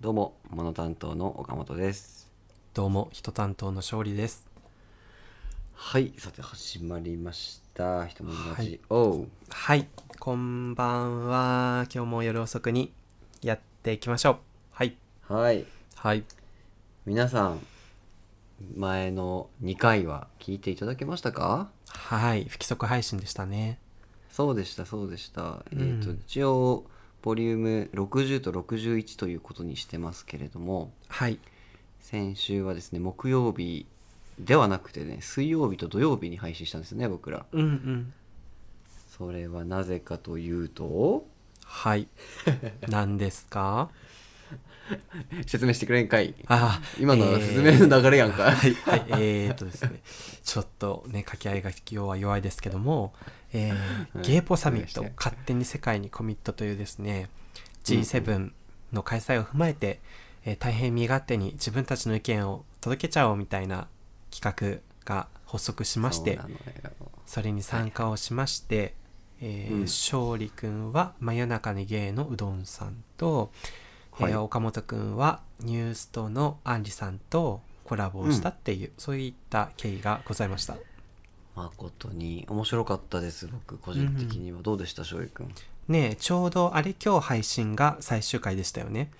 どうも、物担当の岡本です。どうも、人担当の勝利です。はい、さて始まりました。人も同はじい。おう。はい、こんばんは。今日も夜遅くにやっていきましょう。はい。はい。はい。皆さん、前の2回は聞いていただけましたかはい。不規則配信でしたね。そうでした、そうでした。うんえっと、一応、ボリューム60と61ということにしてますけれども、はい。先週はですね、木曜日ではなくてね、水曜日と土曜日に配信したんですね、僕ら。うんうん。それはなぜかというと、 はい。何ですか説明してくれんかい。あー今の説明の流れやんかえーはい。はい。えー、っとですね。ちょっとね、掛け合いが今日は弱いですけども、えうんー、ゲーポサミッおト願いして勝手に世界にコミットというですね、G7 の開催を踏まえて、えー大変身勝手に自分たちの意見を届けちゃおうみたいな企画が発足しましてそうなのよそれに参加をしまして、えーうん勝利くんは真夜中に芸のうどんさんと、はいえー岡本くんはニュースとのあんりさんとコラボをしたっていう、そういった経緯がございました誠に面白かったです僕個人的にはどうでした翔く君ねえちょうどあれ今日配信が最終回でしたよね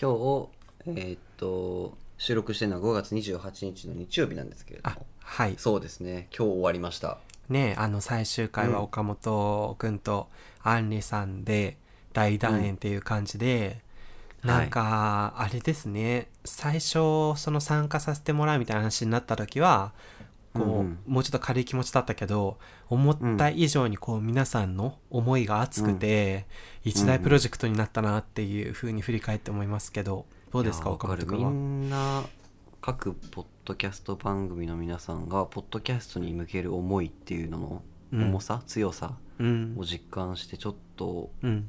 今日えーっと収録してるのは5月28日の日曜日なんですけれどあもはいそうですね今日終わりましたねえあの最終回うはん岡本くんとあんりさんで大団円っていう感じで、うんなんかあれですね最初その参加させてもらうみたいな話になった時はこう、うんうんもうちょっと軽い気持ちだったけど思った以上にこう皆さんの思いが熱くて、一大プロジェクトになったなっていうふうに振り返って思いますけどどうですいかや岡本わるくんみは。んな各ポッドキャスト番組の皆さんがポッドキャストに向ける思いっていうのの重さ、強さうんを実感してちょっとうん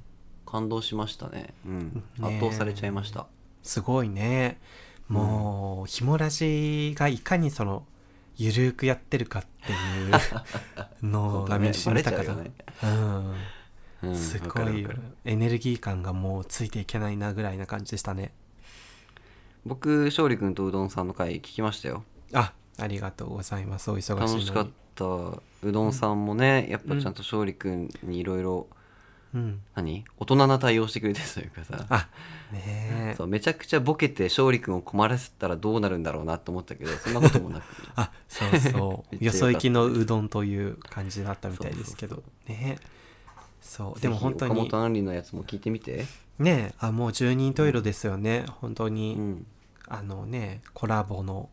感動しましたね、うん、ね圧倒されちゃいましたすごいねもう、ひもラジがいかにそのゆるくやってるかっていう のそうだがね身に染みたかバら、レちううんん、すわごかるわいかるエネルギー感がもうついていけないなぐらいな感じでしたね僕勝利君とうどんさんの回聞きましたよあありがとうございますお忙しいのに楽しかったうどんさんもね、やっぱちゃんと勝利君にいろいろうん、何大人な対応してくれてるというか さあねえそうめちゃくちゃボケて勝利君を困らせたらどうなるんだろうなと思ったけどそんなこともなくあそう めそっうちゃよよかったそ行きのうどんという感じだったみたいですけどそうねえそう でも本ぜ当ひに岡本杏里のやつも聞いてみて、ねえあもう十人十色ですよね本当うに、ん、あのねコラボの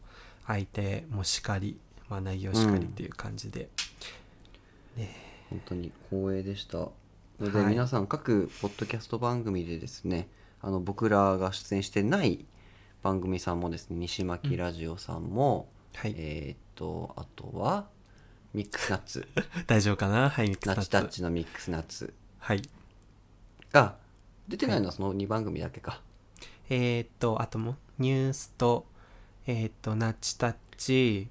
相手もしかり、まあ、内容しかりっていう感じで、本当に光栄でしたので、はい皆さん各ポッドキャスト番組でですねあの僕らが出演してない番組さんもですね西巻ラジオさんも、はい、えーっとあとはミックスナッツ大丈夫かなはいミックスナナッッチツタッチのミックスナッツはいが出てないのはその2番組だけか、えーっとあともニュースとえーっとナッチタッチ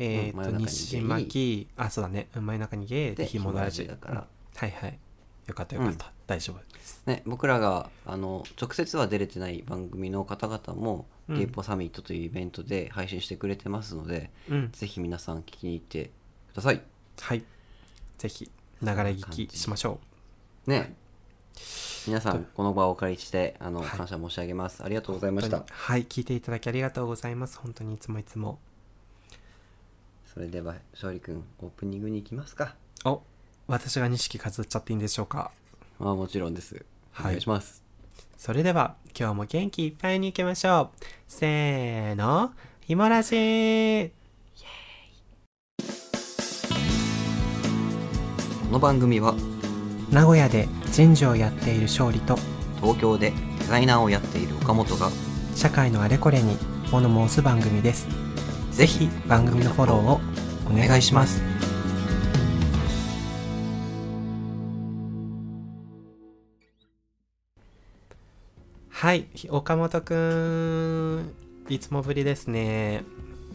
えーっと、うん真夜中にゲイ西巻あそうだねうん真夜中にゲーででひもだひじもだじだからはいはいよかったよかった、大丈夫ですね、僕らがあの直接は出れてない番組の方々も「うんゲイポサミット」というイベントで配信してくれてますので、うんぜひ皆さん聞きに行ってくださいはいぜひながら聞きしましょね皆さんこの場をお借りしてあの、はい感謝申し上げますありがとうございうまし本当たにはい聞いていただきありがとうございます本当にいつもいつもそれでは勝利君オープニングに行きますかお私が錦飾っちゃっていいんでしょうかまあもちろんですおはい願いします、それでは今日も元気いっぱいに行きましょうせーのひもらじーこの番組は名古屋で人事をやっている勝利と東京でデザイナーをやっている岡本が社会のあれこれに物申す番組ですぜぜひ番組のフォローをお願いしますはい岡本くんいつもぶりですね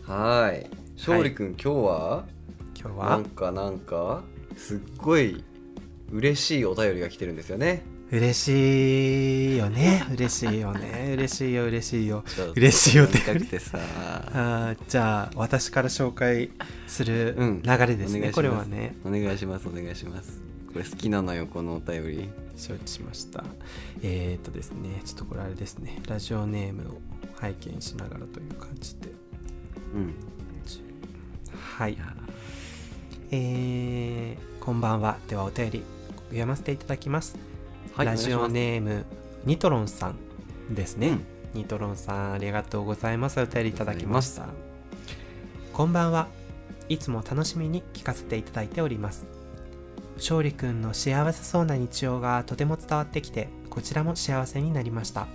はい勝利君、今日は今日なはんかなんかすっごい嬉しいお便りが来てるんですよね嬉しいよね嬉しいよ ね嬉しいよ嬉しいよちょっと嬉しいよって見たくてさあーじゃあ私から紹介するうん流れですおね、願いしますこれはねお願いしますお願いしますこれ好きなのよこのお便り承知しましたえー、っとですねちょっとこれあれですねラジオネームを拝見しながらという感じでうんはいえー、こんばんはではお便り読ませていただきます、はいラジオネームニトロンさんですね、うんニトロンさんありがとうございますお便りいただきましたこんばんはいつも楽しみに聞かせていただいております勝利くんの幸せそうな日常がとても伝わってきてこちらも幸せになりました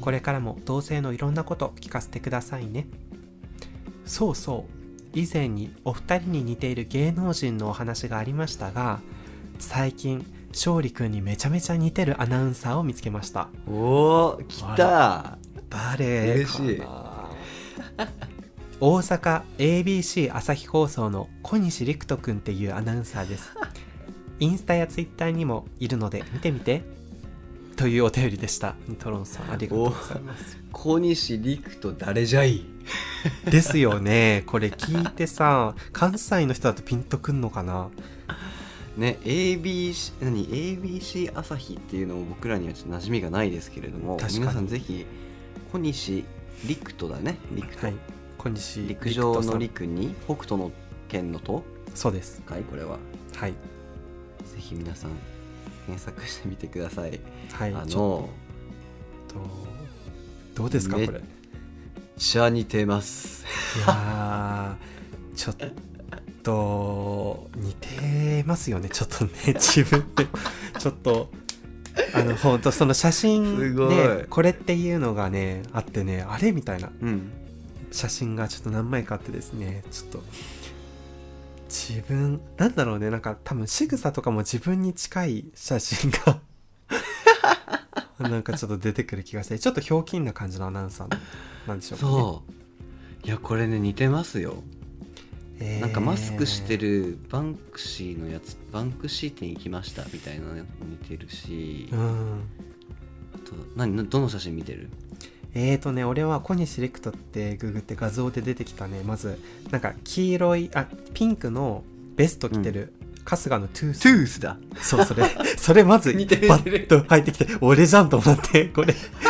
これからも同性のいろんなこと聞かせてくださいねそうそう以前にお二人に似ている芸能人のお話がありましたが最近勝利くんにめちゃめちゃ似てるアナウンサーを見つけましたおお来た誰か嬉しいな大阪 ABC 朝日放送の小西陸斗くんっていうアナウンサーですインスタやツイッターにもいるので見てみてというお便りでしたトロンさんありがとうございます小西陸と誰じゃいですよねこれ聞いてさ関西の人だとピンとくんのかなね ABC 何 ABC 朝日っていうのも僕らにはちょっと馴染みがないですけれども確かに皆さんぜひ小西陸斗だね陸斗、はい小西陸上の陸陸に北斗の県のと斗さんそうですかいこれははいぜひ皆さん検索してみてください、はいあちょのっとどうですかこめれっいやちゃ似てますーちょっと似てますよねちょっ とね自分でちょっとあの本当その写す真ごいでこれっていうのがねあってねあれみたいなうん写真がちょっと何枚かあってですねちょっと自分なんだろうねなんか多分仕草とかも自分に近い写真が なんかちょっと出てくる気がしてちょっとひょうきんな感じのアナウンサーなんでしょうか、ね、そういやこれね似てますよえーなんかマスクしてるバンクシーのやつバンクシー店行きましたみたいなのも似てるし、うあんと何などの写真見てるえーとね俺は小西レクトってググって画像で出てきたねまずなんか黄色いあピンクのベスト着てる、春日のトゥーストゥースだそう、それ、それまず、似てるバ似てるッと入ってきて、俺じゃんと思って、これ。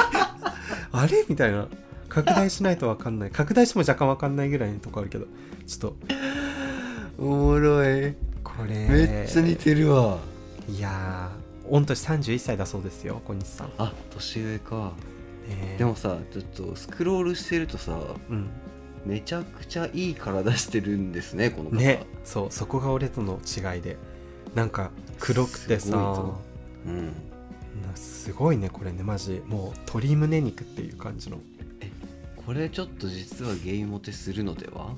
あれみたいな。拡大しないとわかんない。拡大しても若干わかんないぐらいのとこあるけど、ちょっと、おもろいこれ、めっちゃ似てるわ、いやー、御年31歳だそうですよ、小西さん。あ年上かえーでも、さちょっとスクロールしてるとさうん。めちゃくちゃいい体してるんですねこの方ね、そう、そこが俺との違いで。なんか、黒くてすごいさぞ、うんなすごいね、これね、マジ。もう、鶏胸肉っていう感じの。これちょっと実はゲイモテするのでは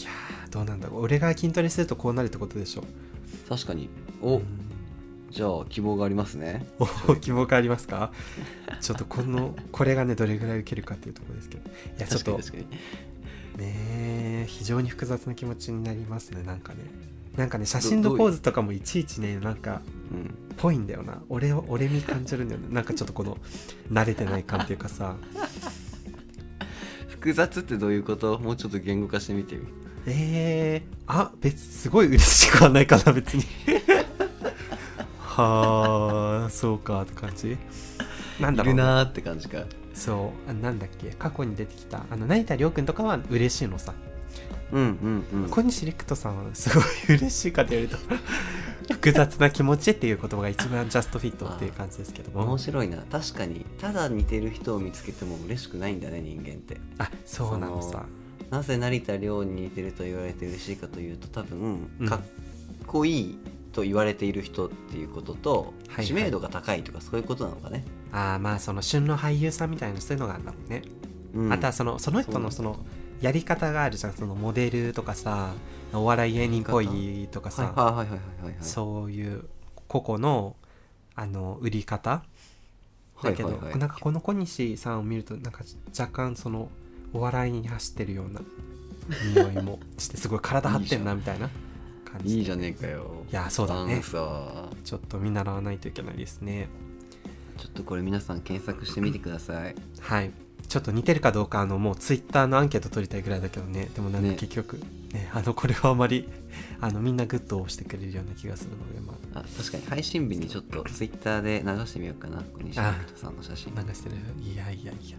いやー、どうなんだろう。俺が筋トレするとこうなるってことでしょ。確かにお、うんじゃあ希望がありますねお 希望がありますかちょっとこのこれがねどれぐらい受けるかっていうところですけどいやち確ょっかとに確かにね非常に複雑な気持ちになりますねなんかねなんかね写真のポーズとかもいちいちねなんかうんぽいんだよな俺を俺に感じるんだよねなんかちょっとこの慣れてない感っていうかさ複雑ってどういうこともうちょっと言語化してみてよえー、あ別すごい嬉しくはないかな 別にはあそうかって感じなんいだろうるねなーって感じかそうあなんだっけ過去に出てきたあの成田凌君とかは嬉しいのさ、うんうんうん小西陸斗さんはすごい嬉しいかと言われると 複雑な気持ちっていう言葉が一番ジャストフィットっていう感じですけども面白いな確かにただ似てる人を見つけても嬉しくないんだね人間ってあそうなのさなぜ成田凌に似てると言われて嬉しいかというと多分うんかっこいいと言われている人っていうことと、はいはい知名度が高いとかそういうことなのかね、あーまあその旬の俳優さんみたいなそういうのがあるんだもんね、うんあとはそのその人のそのやり方があるじゃんそのモデルとかさお笑い芸人っぽいとかさ、はいはいはいはいはいはいそういう個々のあの売り方だけど、はいはいはいなんかこの小西さんを見るとなんか若干そのお笑いに走ってるような匂いもしてすごい体張ってんなみたいな感じでいいじゃねえかよいやそうだあねのさちょっと見習わないといけないですねちょっとこれ皆さん検索してみてくださいはいちょっと似てるかどうかあのもうツイッターのアンケート取りたいぐらいだけどねでもなんかね結局、ね、あのこれはあまり あのみんなグッドを押してくれるような気がするので、まあ確かに配信日にちょっとツイッターで流してみようかな小西拓人さんの写真あ、流してるいやいやいや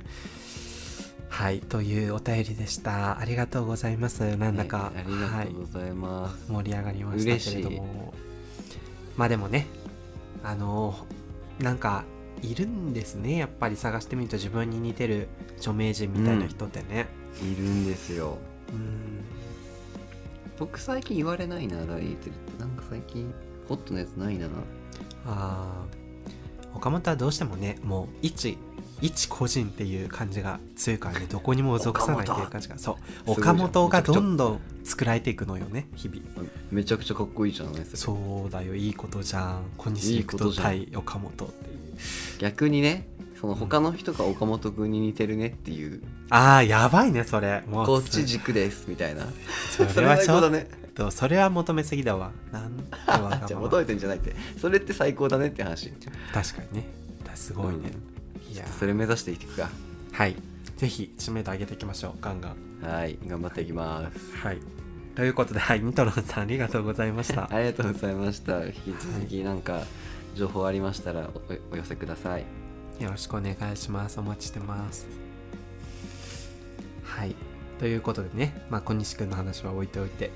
はいというお便りでしたありがとうございますなんだか、はい、ありがはいとうございます、盛り上がりましたけれどもまあでもねあのなんかいるんですねやっぱり探してみると自分に似てる著名人みたいな人ってね、い、るんですようん僕最近言われないなダイエットってなんか最近ホットなやつないなあー岡本はどうしてもねもう一一個人っていう感じが強いか らねどこにも属さないっていう感じがそうすごいじゃ岡ん本がどんどん作られていくのよね日々めちゃくちゃかっこいいじゃないですかそうだよいいことじゃん小西いい陸こととじゃん対岡本っていう逆にねその他の人が岡本君に似てるねっていう、あーやばいねそれもうこっち軸ですみたいなそそれれははち最ょ高っだねとそれは求めすぎだわなんてわ じゃあがまま求めてんじゃないってそれって最高だねって話確かにねすごいね、いやーそれ目指していくかはいぜひ知名度上げていきましょうガンガンはい頑張っていきますはい。ということで、はい、ニトロンさんありがとうございました。ありがとうございました引き続きなんか情報ありましたらおお寄せくださいよろしくお願いします。お待ちしてます。はい。ということでね、まあ、小西くんの話は置いておいて。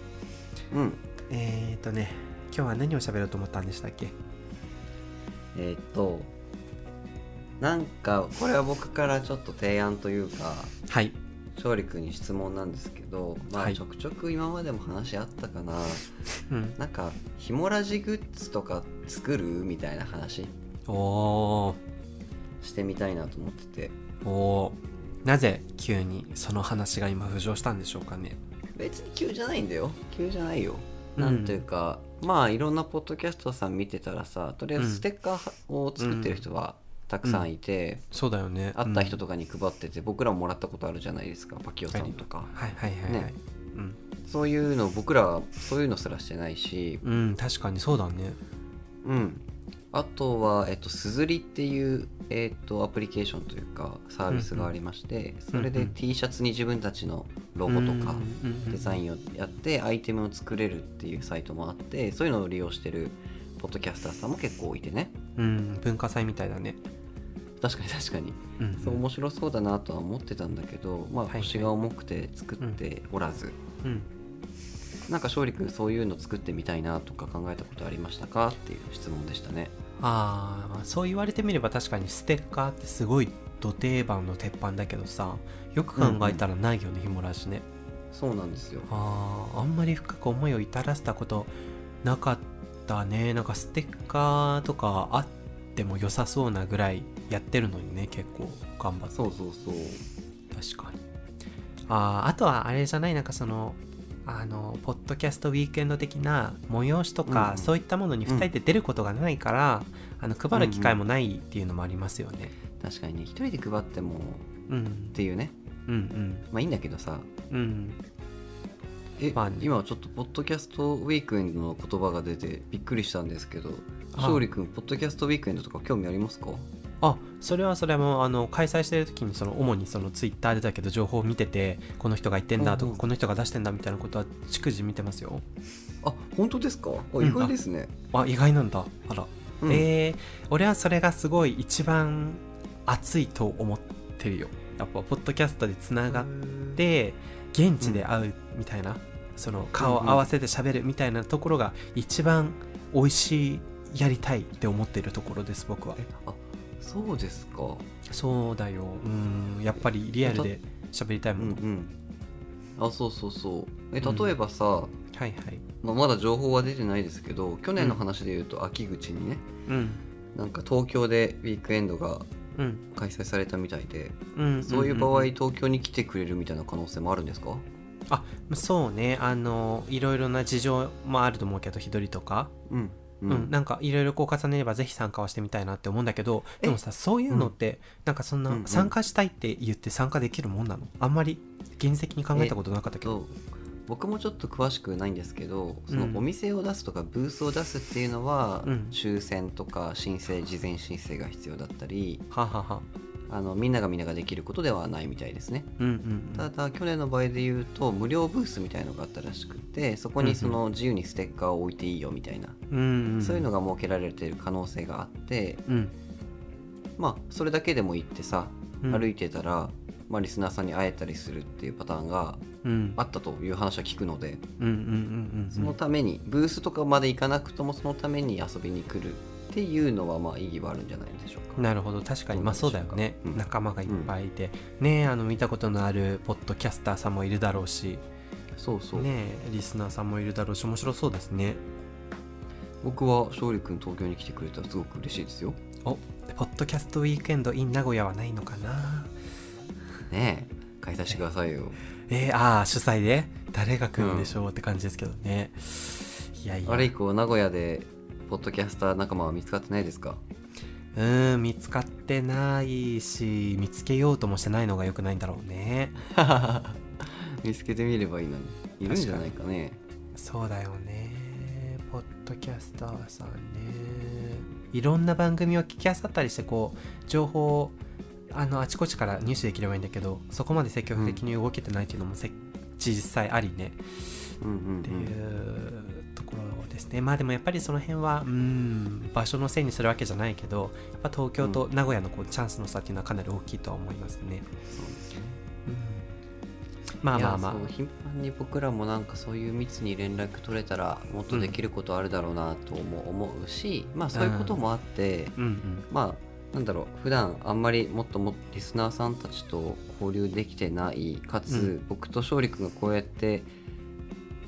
うんえーとね、今日は何を喋ろうと思ったんでしたっけえーっとなんかこれは僕からちょっと提案というかはい。勝利君に質問なんですけど、まはあ、いちょくちょく今までも話あったかな、うん。なんかひもラジグッズとか作るみたいな話おしてみたいなと思っててー、おー。なぜ急にその話が今浮上したんでしょうかね。別に急じゃないんだよ急じゃないよ、うんなんというかまあいろんなポッドキャストさん見てたらさとりあえずステッカーを作ってる人はたくさんいて、そうだよね。会った人と。とかに配ってて僕らももらったことあるじゃないですかパキオさんとかはいはいはいはい。ねうん。そういうの僕らはそういうのすらしてないしうん、確かにそうだね。うんあとは、えっと、すずりっていう、えっと、アプリケーションというかサービスがありまして、それうんでうん T シャツに自分たちのロゴとかデザン。インをやってアイテムを作れるっていうサイトもあってそういうのを利用してるポッドキャスターさんも結構いてねうん、文化祭みたいだね。確かに確かにうんそう面白そうだなとは思ってたんだけど、まあ、はいはい腰が重くて作っておらず、うん、なんか勝利君そういうの作ってみたいなとか考えたことありましたかっていう質問でしたねあーまあそう言われてみれば確かにステッカーってすごい土定番の鉄板だけどさよく考えたらないよね、ひもらしねそうなんですよあーあんまり深く思いを至らせたことなかったねなんかステッカーとかあっても良さそうなぐらいやってるのにね結構頑張ってそうそうそう確かにあーあとはあれじゃないなんかそのあのポッドキャストウィークエンド的な催しとか、うんそういったものに2人で出ることがないから、あの配る機会もないっていうのもありますよね、確かにね一人で配ってもっうん、ていうねうんうんまあいいんだけどさうんえ、まあね今ちょっとポッドキャストウィークエンドの言葉が出てびっくりしたんですけどあ勝利君ポッドキャストウィークエンドとか興味ありますかあそれはそれもあの開催してる時にその主にそのツイッターでだけど情報を見ててこの人が言ってんだとか、うんうんこの人が出してんだみたいなことは逐次見てますよあ本当ですかあん意外ですね、あ意外なんだあらうんえー俺はそれがすごい一番熱いと思ってるよやっぱポッドキャストでつながって現地で会うみたいな、その顔を合わせて喋るみたいなところが一番美味しいやりたいって思ってるところです僕はそうですかそうだようんやっぱりリアルで喋りたいうもんん、うんあそうそうそうえうん例えばさ、はいはいまあ、まだ情報は出てないですけど去年の話で言うと秋口にねうんなんか東京でウィークエンドがうん開催されたみたいでうんそういう場ん合ん東京に来てくれるみたいな可能性もあるんですかそうねあのいろいろな事情もあると思うけど日取りとかうんうん、うん、なんかいろいろこう重ねればぜひ参加はしてみたいなって思うんだけどでもさそういうのって、なんかそんうなんうん参加したいって言って参加できるもんなのあんまり原石に考えたことなかったけど、と僕もちょっと詳しくないんですけどそのうんお店を出すとかブースを出すっていうのは、うん抽選とか申請事前申請が必要だったりはははあのみんながみんなができることではないみたいですねうんうんうたんだ去年の場合で言うと無料ブースみたいのがあったらしくてそこにその自由にステッカーを置いていいよみたいな、うんうんそういうのが設けられてる可能性があってうんまあそれだけでも行ってさうん歩いてたら、まあ、リスナーさんに会えたりするっていうパターンがうんあったという話は聞くのでうんうんうんうんそのためにブースとかまで行かなくともそのために遊びに来るっていうのはまあ意義はあるんじゃないでしょうか。なるほど確かにどうなんまあでしょそううかだよね、うん仲間がいっぱいいて、ねえあの見たことのあるポッドキャスターさんもいるだろうしそうそう、ねえリスナーさんもいるだろうし面白そうですね僕は勝利君東京に来てくれたらすごく嬉しいですよ。おポッドキャストウィークエンド in 名古屋はないのかなねえ開催してくださいよ。えー、ああ主催で誰が来るんでしょうって感じですけどね、いやいやあれ以降名古屋でポッドキャスター仲間は見つかってないですかうーん見つかってないし見つけようともしてないのが良くないんだろうね見つけてみればいいのにいるんじゃないかねそうだよねポッドキャスターさんねいろんな番組を聞きあさったりしてこう情報をあのあちこちから入手できればいいんだけどそこまで積極的に動けてないっていうのもせ、実際ありねうんうんっていうところですね、まあでもやっぱりその辺はうん場所のせいにするわけじゃないけどやっぱ東京と名古屋のこうチャンスの差っていうのはかなり大きいとは思いますね、うんまあまあまあいやそう頻繁に僕らもなんかそういう密に連絡取れたらもっとできることあるだろうなとも思うし、まあそういうこともあって、うんうんまあなんだろう普段あんまりもっともっとリスナーさんたちと交流できてないかつ、うん僕と勝利君がこうやって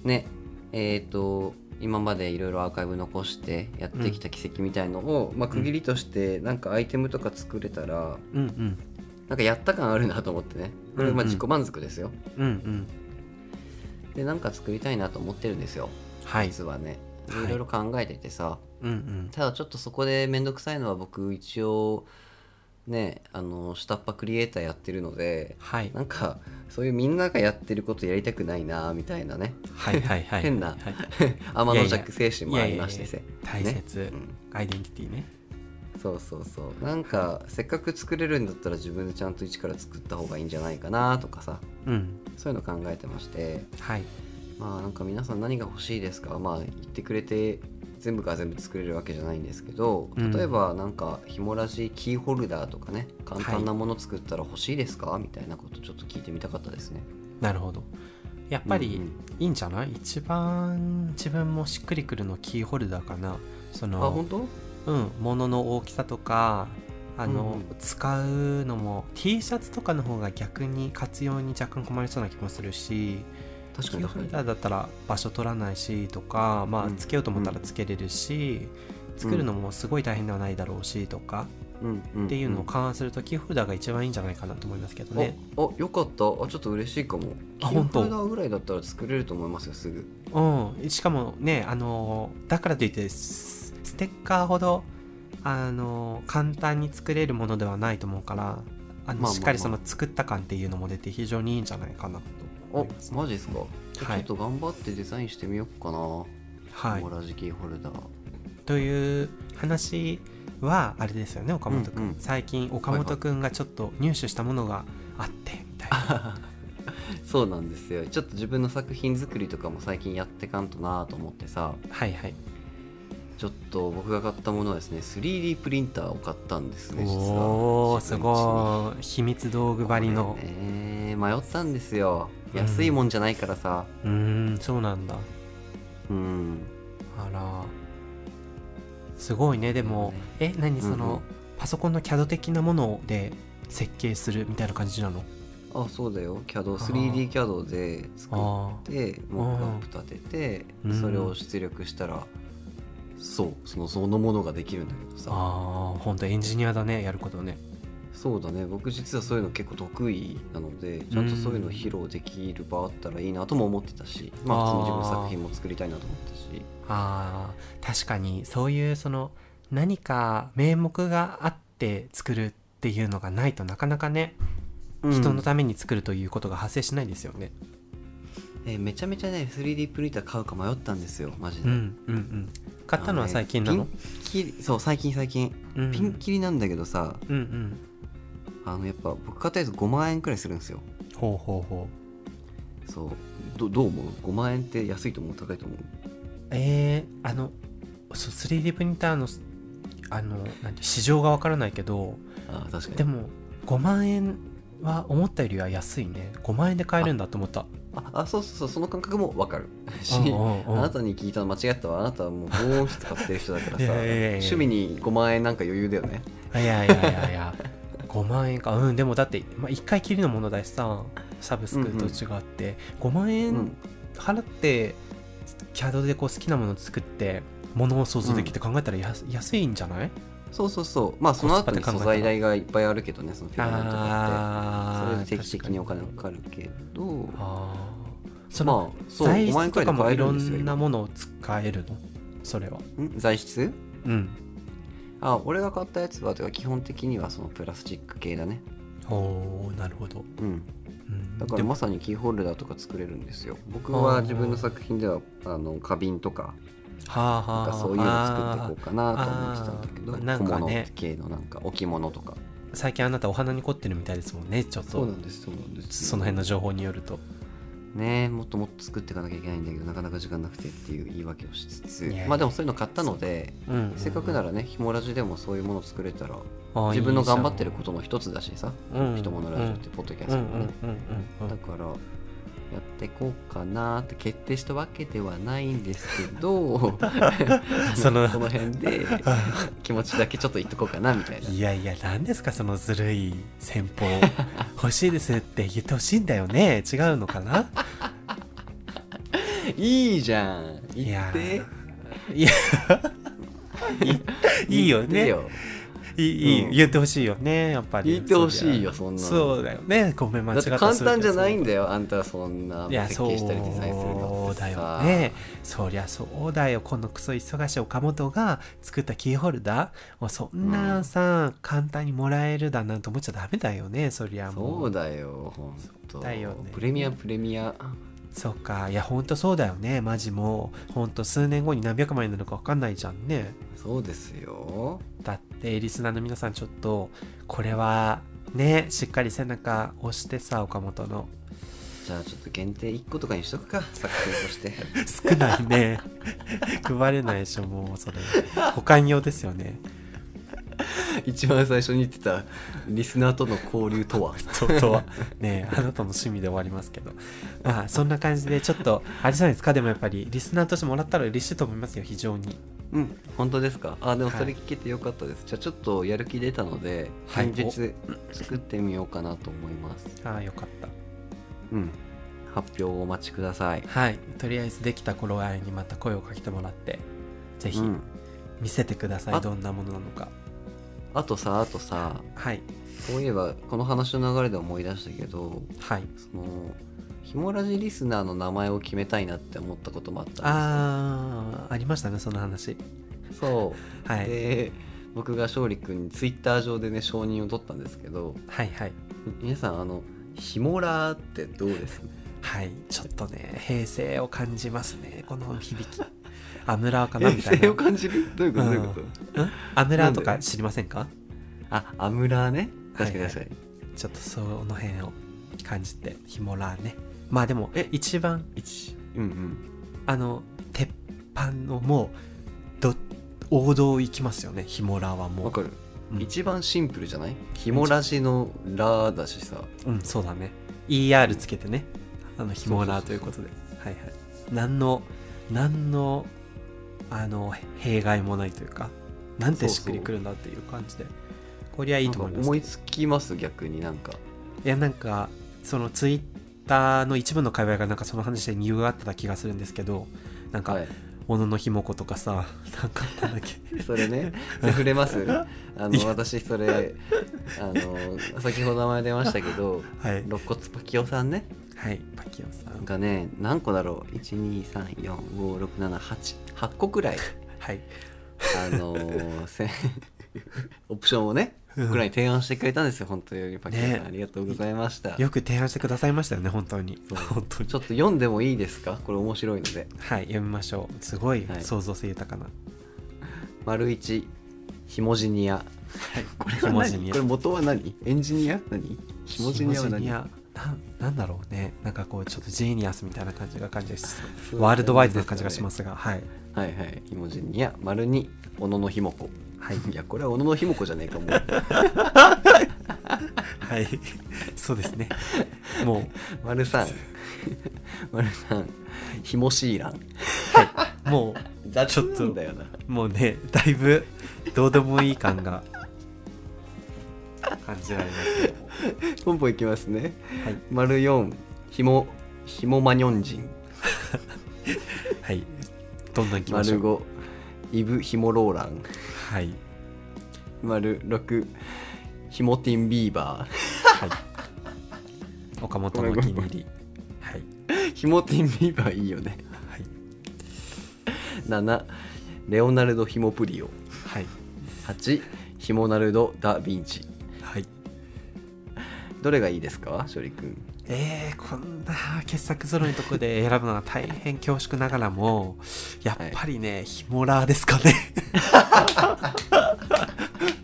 ねえっ、と今までいろいろアーカイブ残してやってきた奇跡みたいのを、まあ、区切りとしてなんかアイテムとか作れたら、うんうんなんかやった感あるなと思ってねこれまあ自己満足ですよ、うんうんでなんか作りたいなと思ってるんですよはい実はねではいいろいろ考えててさ、うんうんただちょっとそこで面倒くさいのは僕一応ねあの下っ端クリエイターやってるのではいなんかそういうみんながやってることやりたくないなみたいなね はいはいはい変なはい天の弱精神もありましてね大切、うんアイデンティティねそうそうそうなんかせっかく作れるんだったら自分でちゃんと一から作った方がいいんじゃないかなとかさうんそういうの考えてましてはいまあなんか皆さん何が欲しいですかまあ言ってくれて全部が全部作れるわけじゃないんですけどうん例えばなんかひもらしキーホルダーとかね簡単なもの作ったら欲しいですか、みたいなことちょっと聞いてみたかったですね。なるほどやっぱうんうりんいいんじゃない、一番自分もしっくりくるのキーホルダーかなそあの本当うん、物の大きさとかあの、うん使うのも T シャツとかの方が逆に活用に若干困りそうな気もするし確かキに確ーホかルに。ダーだったら場所取らないしとか、まうあ、んつけようと思ったらつけれるし、作るのもすごい大変ではないだろうしとか、うんうんっていうのを勘案するとキーホルダーが一番いいんじゃないかなと思いますけどね。ああよかったあちょっと嬉しいかも。キあー本当ホルダーぐらいだったら作れると思いますよすぐ。うん、しかもね、あのだからといってスステッカーほど、あの簡単に作れるものではないと思うからまあまあのあまあしっかりその作った感っていうのも出て非常にいいんじゃないかなとあ思います。マジですか、じゃあはいちょっと頑張ってデザインしてみようかな。はひもい、らしキーホルダー。という話はあれですよね岡本君、うんうん最近岡本君がちょっと入手したものがあってみたいな。 そうなんですよちょっと自分の作品作りとかも最近やってかんとなと思ってさはいはい、ちょっと僕が買ったものはですね 3D プリンターを買ったんですね実はおおす自分家にごい秘密道具張りの、これね迷ったんですようん安いもんじゃないからさうーんそうなんだうん、あらすごいねでも、え何その、うんうんパソコンの CAD 的なもので設計するみたいな感じなのあそうだよ CAD あー 3DCAD で作あってモックアップ立てうんてそれを出力したらそうそのそのものができるんだけどあさあ本当エンジニアだねやることねそうだね僕実はそういうの結構得意なのでちゃんとそういうのを披露できる場あったらいいなとも思ってたし、まあ、普通に自分の作品も作りたいなと思ったしあー確かにそういうその何か名目があって作るっていうのがないとなかなかね、人のために作るということが発生しないですよねえーめちゃめちゃね 3D プリンター買うか迷ったんですよマジうで、んうんうん買ったのは最近なのあねピンキリそう最近最近、うんピンキリなんだけどさうんうんあのやっぱ僕買ったやつ5万円くらいするんですよほうほうほうそうどどう思う5万円って安いと思う高いと思うえー、あのそう 3D プリンターのあのなんて市場がわからないけどあー確かにでも5万円は思ったよりは安いね5万円で買えるんだと思ったああそうそうそうその感覚もわかるしうんうんあうんなたに聞いたの間違ったわあなたはもう防音室買ってる人だからいさやいやいやいや趣味に5万円なんか余裕だよねいやいやいやいや5万円かうんでもだって、まあ、1回きりのものだしさサブスクと違って、5万う円ん払って、CAD でこう好きなものを作ってものを想像できて考えたら安,、安いんじゃないそうそうそうまあその後に素材代がいっぱいあるけどねそのフィラメントとかってそあれーで定期的にお金確かかかるけどあーその、まあそう材5万質円くらといでかも買いえろるんですんなよものを使えるのそれはん材質うんあ俺が買ったやつはてか基本的にはそのプラスチック系だねおーなるほど、うんうん、だかでらもまさにキーホルダーとか作れるんですよ僕あーは自分の作品ではあの花瓶とかはあはなんあはかあそういうの作っていこうかなと思ってたんだけどあーなんか小ね物系のなんか置物とか最近あなたお花に凝ってるみたいですもんねちょっとそうなんですそうなんですその辺の情報によるとねえもっともっと作っていかなきゃいけないんだけどなかなか時間なくてっていう言い訳をしつついやいやまあでもそういうの買ったのでせっかくなららねひもラジでもそういうもの作れたら自分の頑張ってることの一つだしさうん人物ラジオってポッドキャスうトんうんもねうんうんうだんからやっていこうかなって決定したわけではないんですけ ど そのこの辺 で気持ちだけちょっと言っとこうかなみたいないやいや何ですかそのずるい戦法欲しいですって言ってほしいんだよね違うのかないいじゃんい言やっていやいいいよ言ってねいいいい、うん言ってほしいよねやっぱり言ってほしいよそんなのそうだよねごめん間違だっってた簡単じゃないだんだよあんたはそんないや設そう計したりデザインするのってさだよねそりゃそうだよこのクソ忙しい岡本が作ったキーホルダーをそんなさ、簡単にもらえるだなんて思っちゃダメだよねそりゃもうそうだよほんとだよねプレミアプレミアそっかいやほんとそうだよねマジもうほんと数年後に何百万になるか分かんないじゃんねそうですよだってリスナーの皆さんちょっとこれはねしっかり背中押してさ岡本のじゃあちょっと限定1個とかにしとくか作品として 少ないね配れないでしょもうそれ保管用ですよね一番最初に言ってたリスナーとの交流とはととはねあなたの趣味で終わりますけどまあそんな感じでちょっとあれじゃないですかでもやっぱりリスナーとしてもらったら嬉しいと思いますよ非常にうん本当ですかあでもはいそれ聞けてよかったです、じゃあちょっとやる気出たのではい近日作ってみようかなと思います、ああよかったうん発表をお待ちくださいはいとりあえずできた頃合いにまた声をかけてもらってぜひうん見せてください、あどんなものなのかあとさあとさはいそういえばこの話の流れで思い出したけどはいそのひもラジリスナーの名前を決めたいなって思ったこともあったんあーありましたねその話ですそうはいで僕が勝利君にツイッター上でね承認を取ったんですけどはいはい皆さんあのひもラーってどうですはいちょっとね平成を感じますねこの響きアムラーかな平 みたい成なを感じるどういうことどういうこと、んアムラーとなかんで知りませんかあアムラーね確かに確かに、ちょっとその辺を感じてひもらーねまあでもえ一番一うんうんあの鉄板のもうど王道行きますよねひもらーはもわうかる、うん一番シンプルじゃないひもラジのラーだしさうんそうだね ER つけてねあのひもらーということではいはい何の何のあの弊害もないというかなんてしっくりくるんだっていう感じでこりゃいいと思いなんまかす思いつきます逆になんかいやなんかそのツイッターの一部の界隈がなんかその話で理由があった気がするんですけどなんかはい斧のひもことかさ なんかなんだっ けそれ ね、それ触れます。あいやの私それあの先ほど名前出ましたけど、はい肋骨パキオさんねはいパキオさんがね何個だろう123456788個くらいはい あのせオプションをね僕らに提案してくれたんですよ本当にパキさん、ねありがとうございましたよく提案してくださいましたよね本当にそう本当にちょっと読んでもいいですかこれ面白いのではい読みましょうすごいはい創造性豊かな、丸一ヒモジニ ア、これヒはモジニ何アこれ元は何エンジニア何ヒモジニアはヒモ何ジニアなんなんだろうねなんかこうちょっとジーニアスみたいな感じが感じですワールドワイドな感じがしますすがはいはいはいヒモジニア丸二小野のひもこはい いやこれは小野のひもこじゃねえか もうはいそうですねもう丸三 丸三ひもシーランも雑ょっとなんだよなうもうねだいぶどうでもいい感が感じられますけどもポンポンいきますねはい丸四ひもひもマニョン人はいどんどんいきましょ丸う五イブひもローランはい丸六ひもティンビーバーはい岡本のお気に入りはいひもティンビーバーいいよねはい7レオナルド・ヒモプリオはい8ヒモナルド・ダ・ヴィンチはいどれがいいですか勝利君えー、こんな傑作揃いのとこで選ぶのは大変恐縮ながらもやっぱりね、ヒモラーですかね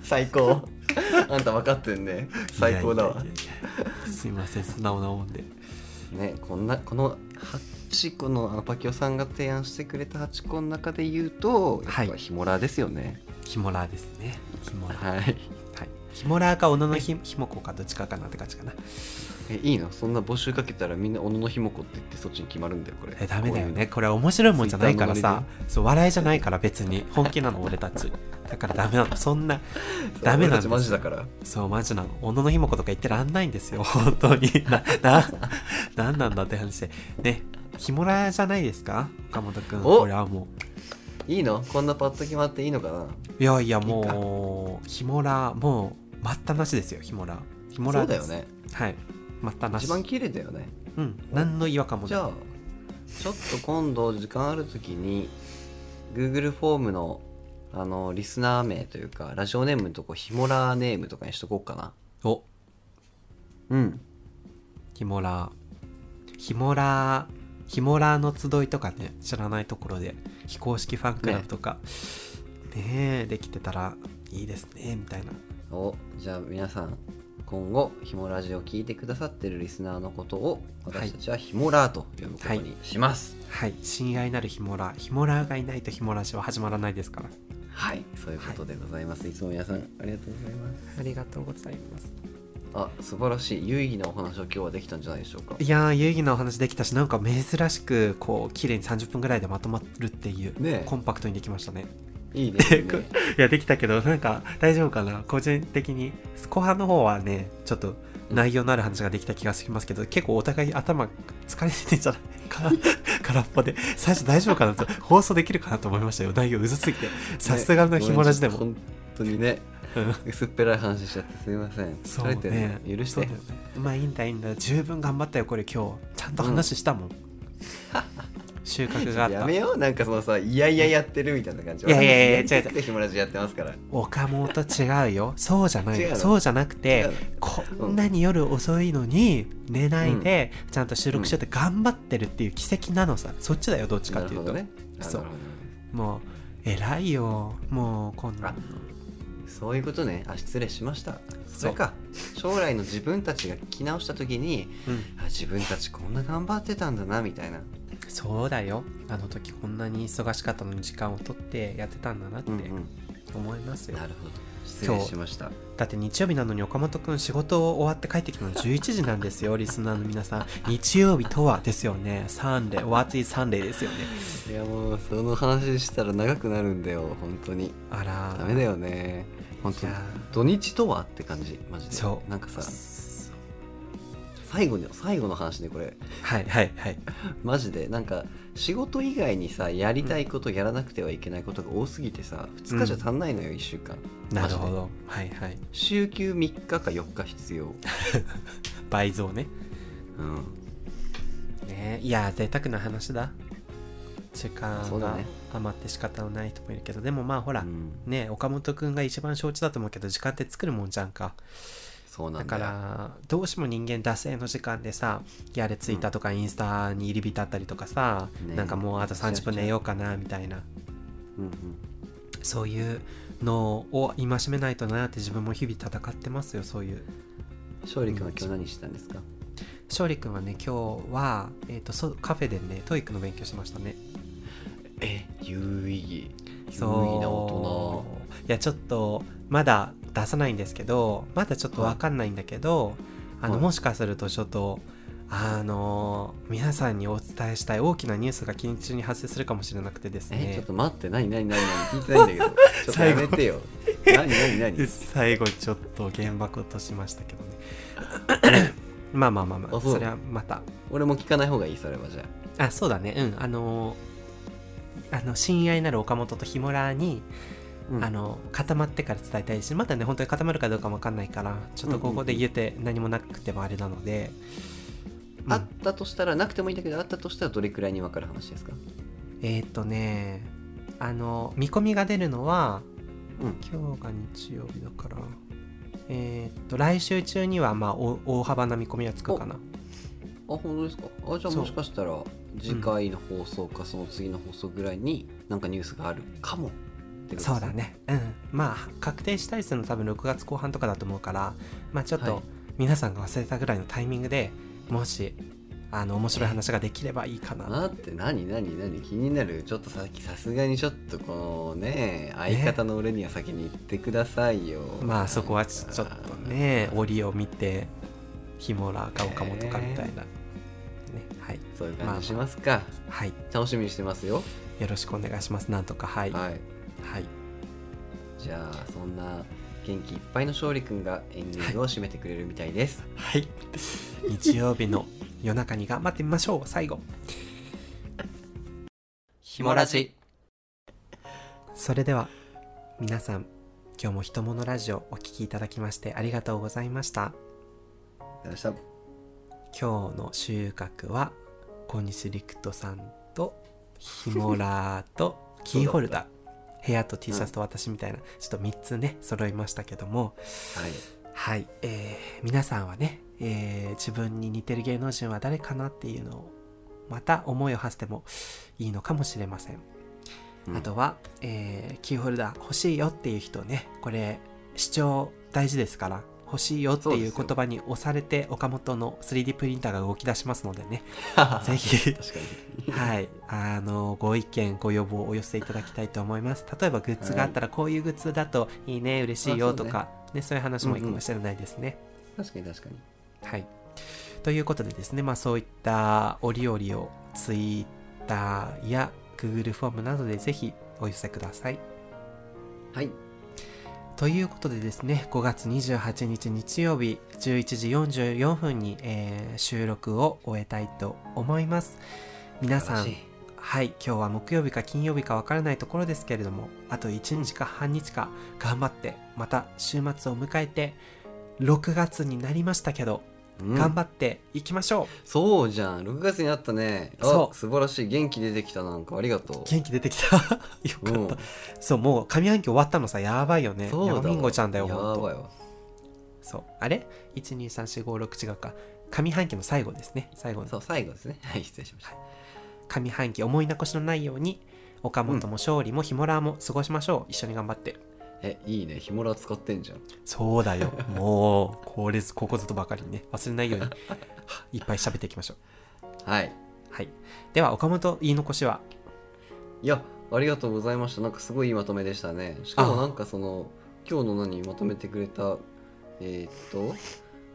最高あんた分かってんね最高だわいやいやいやいやすいません素直なもんでねこんなこの8個のあのパキオさんが提案してくれた8個の中で言うとやはっいぱヒモラですよねヒモラーですねヒモラー、ははいい、ヒモラーか小野のひひもこかどっちかかなって感じかなえいいのそんな募集かけたらみんな小野のひもこって言ってそっちに決まるんだよこれえダメだよねこれ面白いもんじゃないからさそう笑いじゃないから別に本気なの俺たちだからダメなのそんなダメなんだですマジだからそうマジなの小野のひもことか言ってらんないんですよ 本当になななんなんだって話でねひもらじゃないですか岡本君おこれはもいいのこんなパッと決まっていいのかなういやいやもうひもらもう待ったなしですよひもらひもそらうだですよねはい待ったなし一番綺麗だよねうん何の違和感もじないゃあちょっと今度時間ある時に Google フォームのあのリスナー名というかラジオネームのとこヒモラーネームとかにしとこうかなおうんひもらひもらひもらの集いとかね知らないところで非公式ファンクラブとかねえできてたらいいですねみたいなおじゃあ皆さん今後ヒモラジを聞いてくださってるリスナーのことを私たちはヒモラーと呼ぶことにしますはい、親愛なるヒモラ、ヒモラがいないとヒモラジは始まらないですから。はい、そういうことでございます、い、つも皆さんありがとうございますありがとうございます。あ素晴らしい有意義なお話を今日はできたんじゃないでしょうかいやー、有意義なお話できたし、なんか珍しく、こう、綺麗に30分ぐらいでまとまるっていう、ねえコンパクトにできましたね。いいですねいや、できたけど、なんか、大丈夫かな個人的に、後半の方はね、ちょっと、内容のある話ができた気がしますけど、結構お互い頭疲れててんじゃないか な空っぽで、最初大丈夫かなと、放送できるかなと思いましたよ。内容うずすぎて。さすがのヒモラジでねごめも。んちょっと本当に ねうん薄っぺらい話しちゃってすみませんそ疲うれてるねね。許しそうてだよねまあいいんだいいんだ。十分頑張ったよこれ今日。ちゃんと話したもん。収穫があっやため。ようなんかそのさいやいややってるみたいな感じいやいやいや私やり違う違うたくてヒムラジやってますから岡本違うよ。そうじゃない違うよ。のそうじゃなく違てうの、こんなに夜遅いのに寝ないで、ちゃんと収録しようって頑張ってるっていう奇跡なのさ。そっちだよ、どっちかなっるていほうと。どねあそうなるほもう、偉いよ。もう、こんなあ。どそういうことねあ失礼しましたそれか将来の自分たちが聞き直した時にうんあ自分たちこんな頑張ってたんだなみたいなそうだよ。あの時こんなに忙しかったのに時間を取ってやってたんだなってうんうん思いますよ。なるほど失礼しましただって日曜日なのに岡本くん仕事終わって帰ってきたの11時なんですよリスナーの皆さん日曜日とはですよねサンデーお暑いサンデーですよねいやもうその話したら長くなるんだよ本当にあらダメだよね本当にいや土日とはって感じマジでそうなんかさそう最後の最後の話ねこれはいはいはいマジでなんか仕事以外にさやりたいことやらなくてはいけないことが多すぎてさ2日じゃ足んないのよ、1週間なるほマジでどはいはい週休3日か4日必 要、倍増ねうん、ねいや贅沢な話だ時間そうだがね余って仕方のない人もいるけど、でもまあほら、うんね岡本くんが一番承知だと思うけど時間って作るもんじゃんかそうなだんだかよらどうしても人間惰性の時間でさやれツイッターとかインスタに入り浸ったりとかさ、ねなんかもうあと30分寝ようかなみたいなうんうんそういうのを戒めないとなって自分も日々戦ってますよそういう勝利君は今日何したんですか勝利くんはね今日は、えー、とそカフェでねトイックの勉強しましたねえ有意義有意義そうな大いやちょっとまだ出さないんですけどまだちょっと分かんないんだけど、あのはいもしかするとちょっとあの皆さんにお伝えしたい大きなニュースが近日中に発生するかもしれなくてです人えちょねっと待って何何何何聞いてないんだ けどちょっとやめてよ何何何 最後ちょっと原爆落としましたけどね まあまあまあまああそうそれはまた俺も聞かない方がいいそれはじゃあそうだねうんあのあの親愛なる岡本とヒモラにあ,うん、あの固まってから伝えたいしまだね本当に固まるかどうかもわかんないからちょっとここで言えて何もなくてもあれなので、うんあったとしたらなくてもいいんだけどあったとしたらどれくらいに分かる話ですかえーっとねあの見込みが出るのはうん今日が日曜日だからえーっと来週中にはまあお大幅な見込みはつくかなあ本当ですかあじゃあそうもしかしたら次回の放送かその次の放送ぐらいになんかニュースがあるかもってことですそうだねうんまあ確定したりするの多分6月後半とかだと思うからまあちょっはとい皆さんが忘れたぐらいのタイミングでもしあの面白い話ができればいいかなと待って何何何気になるちょっとさっきさすがにちょっとこのね相方の俺には先に言ってくださいよ、まあそこはちちょっとね折を見てヒモラか岡本かみたいな、ね、はいそういう感じしますか、はい楽しみにしてますよよろしくお願いしますなんとかはいははいいじゃあそんな元気いっぱいの勝利くんがエンディングを締めてくれるみたいです、はい日曜日の夜中に頑張ってみましょう最後ひもラジそれでは皆さん今日も「ひとものラジオ」お聴きいただきましてありがとうございました明日今日の収穫は小西陸斗さんとヒモラー とキーホルダー部屋と T シャツと私みたいな、ちょっと3つね揃いましたけどもはいはい、えー皆さんはね、えー自分に似てる芸能人は誰かなっていうのをまた思いを馳せてもいいのかもしれません、うんあ とは、えーキーホルダー欲しいよっていう人ねこれ主張大事ですから欲しいよってそういでうすよ言葉に押されて岡本の 3D プリンターが動き出しますのでねぜひ確かにはい、あのご意見ご要望をお寄せいただきたいと思います例えばグッズがあったらこういうグッズだといいね嬉しいよとかそう,、ねそういう話もいいかもしれないですね、確かに確かにはいということでですねまあそういった折々を Twitter や Google フォームなどでぜひお寄せくださいはいということでですね5月28日日曜日11時44分に、えー収録を終えたいと思います皆素晴さらんしいはい今日は木曜日か金曜日かわからないところですけれどもあと1日か半日か頑張ってまた週末を迎えて6月になりましたけど、うん頑張っていきましょそうじゃん6月にあったねあそう素晴らしい元気出てきたなんかありがとう元気出てきたよかった、うん そうもう上半期終わったのさやばいようねそうだヤマミンゴちゃんだよやほんとばいわそうあれ ?123456 違うか上半期の最後ですね最後のそう最後ですね はい失礼しました上半期思い残しのないように岡本も勝利もヒモラーも過ごしましょう、一緒に頑張ってえいいねひもら使ってんじゃんそうだよもうこれここぞとばかりにね忘れないようにいっぱい喋っていきましょうはいはいでは岡本言い残しはいやありがとうございましたなんかすごいいいまとめでしたねしかもあなんかその今日の何まとめてくれたえーっと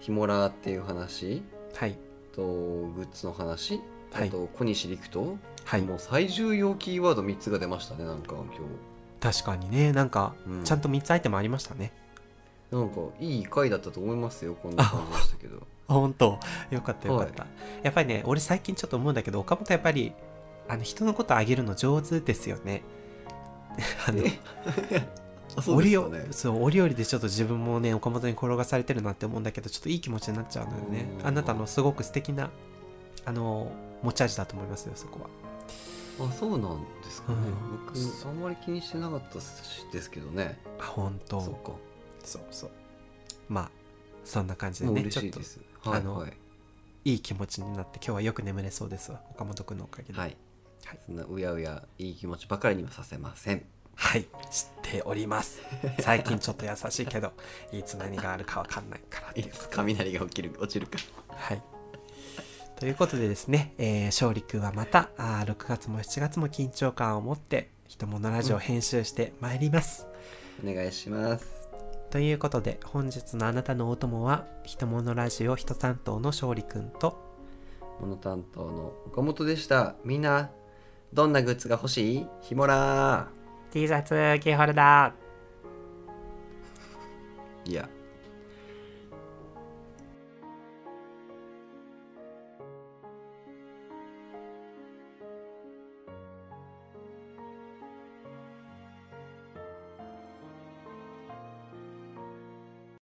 ひもらっていう話はいとグッズの話、はいあと小西陸斗、はいもう最重要キーワード3つが出ましたねなんか今日確かにねなんかうんちゃんと3つアイテムありましたね、なんかいい回だったと思いますよこんな感じでしたけどあ本当よかったよかった、やっぱりね俺最近ちょっと思うんだけど岡本やっぱりあの人のことあげるの上手ですよね あのえあそう折です々かねそう折々でちょっと自分もね岡本に転がされてるなって思うんだけどちょっといい気持ちになっちゃうのよねうんあなたのすごく素敵なあの持ち味だと思いますよそこはあそうなんですかね、うん僕あんまり気にしてなかったしですけどねあ本当そうかそうそうまあそんな感じでもうね嬉ちょしっいとですはあいのはいいい気持ちになって今日はよく眠れそうですわ岡本君のおかげでは、はいいそんなうやうやいい気持ちばかりにはさせませんはい知っております最近ちょっと優しいけどいつ何があるかわかんないからっていいうつ雷が起きる落ちるかはいということでですね、えー、勝利君はまたあー6月も7月も緊張感を持って「ひとものラジオ」編集してまいります、お願いしますということで本日のあなたのお供は「ひとものラジオ」人担当の勝利君とモノ担当の岡本でしたみんなどんなグッズが欲しいひもら T シャツキーホルダーーいや